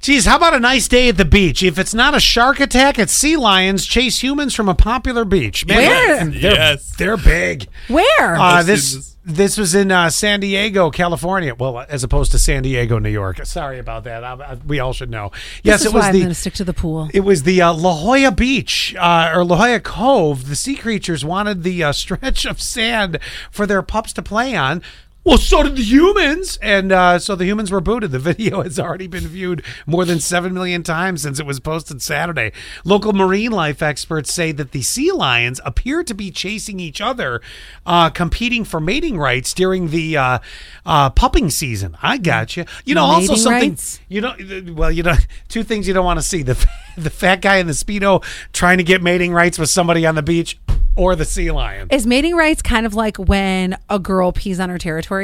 Geez, how about a nice day at the beach? If it's not a shark attack, it's sea lions chase humans from a popular beach. Where? and They're, Yes. they're big. Where? Uh, I've seen this this was in uh, San Diego, California. Well, as opposed to San Diego, New York. Sorry about that. I, I, we all should know. yes, this is it was why I'm the going to stick to the pool. it was the uh, La Jolla Beach uh, or La Jolla Cove. The sea creatures wanted the uh, stretch of sand for their pups to play on. Well, so did the humans, and uh, so the humans were booted. The video has already been viewed more than seven million times since it was posted Saturday. Local marine life experts say that the sea lions appear to be chasing each other, uh, competing for mating rights during the uh, uh, pupping season. I got you. You know, also Mating something rights. you know, well, you know, two things you don't want to see: the the fat guy in the speedo trying to get mating rights with somebody on the beach, or the sea lion. Is mating rights kind of like when a girl pees on her territory?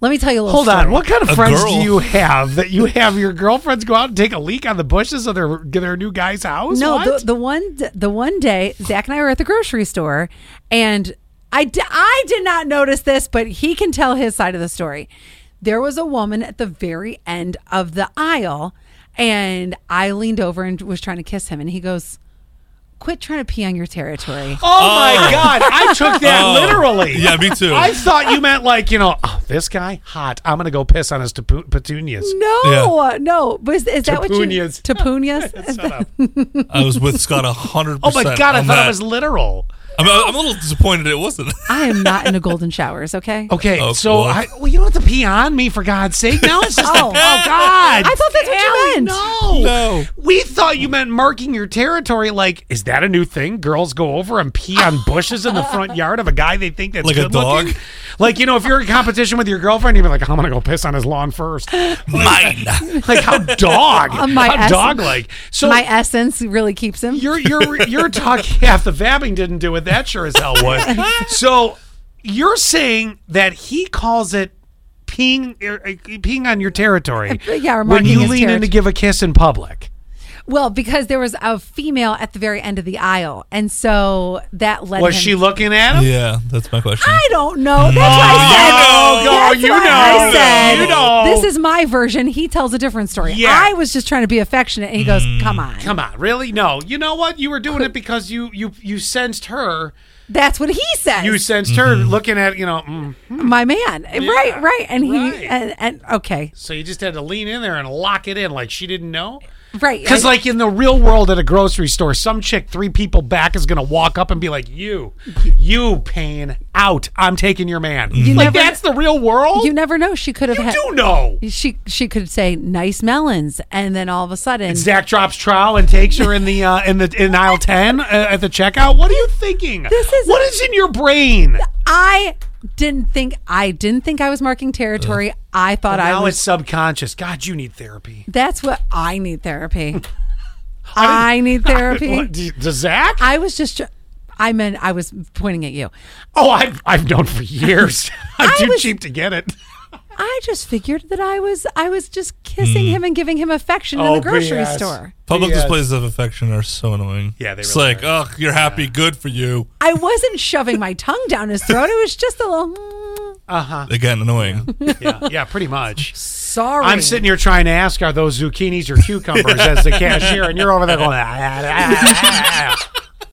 Let me tell you a little Hold on, story. what kind of A friends girl. do you have that you have your girlfriends go out and take a leak on the bushes of their their new guy's house? No, What? the, the one d- the one day Zach and I were at the grocery store, and I d- I did not notice this, but he can tell his side of the story. There was a woman at the very end of the aisle, and I leaned over and was trying to kiss him, and he goes, "Quit trying to pee on your territory." oh, my god, I took that Oh. literally. Yeah, me too. I thought you meant like you know oh, this guy hot. I'm gonna go piss on his tapu- petunias. No, no, but is, is that what you Tapunias. tapunias? Shut up. I was with Scott hundred. Oh my god, I on thought that. it was literal. I'm, I'm a little disappointed it wasn't. I am not into golden showers. Okay. Okay, Oh, so well. I well, you don't have to pee on me for God's sake. Now it's just oh, Oh. God! I thought that's what you Allie, meant. No, No. we thought you meant marking your territory. Like, is that a new thing? Girls go over and pee on bushes in the front yard of a guy they think that's Like a good looking? dog? Like you know, if you're in competition with your girlfriend, you're like, I'm gonna go piss on his lawn first. Mine. Like how dog, Uh, my how essence- dog like. So My essence really keeps him. you're you're you're talking half the vabbing didn't do it. That sure as hell would. so you're saying that he calls it peeing er, er, peeing on your territory. Yeah, or when marking you his lean in to territory. give a kiss in public. Well, because there was a female at the very end of the aisle, and so that led. Was him- she looking at him? yeah, that's my question. I don't know. That's Oh, what I you said. know, That's you what know, I said. you know. This is my version. He tells a different story. Yeah. Mm. I was just trying to be affectionate, and he goes, "Come on, Come on, really? No. You know what? You were doing it because you you you sensed her. That's what he says. You sensed her looking at you know. Mm. my man, right, right, and he, right. And, and okay, So you just had to lean in there and lock it in like she didn't know. right, Because, I- like, in the real world at a grocery store, some chick three people back is going to walk up and be like, You, you, Payne, out. I'm taking your man. like, never- that's the real world? you never know. She could have Oh, You had. do know. She she could say nice melons, and then all of a sudden, Zach drops trowel and takes her in the uh, in the in aisle ten uh, at the checkout. What are you thinking? This is- what is in your brain. I didn't think I didn't think I was marking territory. I thought I Uh-huh. Now was. it's subconscious. God, you need therapy. That's what I need therapy. I need therapy. What, d- does Zach? I was just. I meant I was pointing at you. oh, I've I've known for years. I'm I too was- cheap to get it. I just figured that I was I was just kissing him and giving him affection in Hmm. Oh, the grocery BS. store. Public Yes. displays of affection are so annoying. Yeah, they It's really like, ugh, you're happy, good for you. I wasn't shoving my tongue down his throat. It was just a little mm, Again, annoying. Uh, Yeah, yeah, pretty much. sorry. I'm sitting here trying to ask, are those zucchinis or cucumbers as the cashier? And you're over there going, "Ah, ah, ah, ah, ah."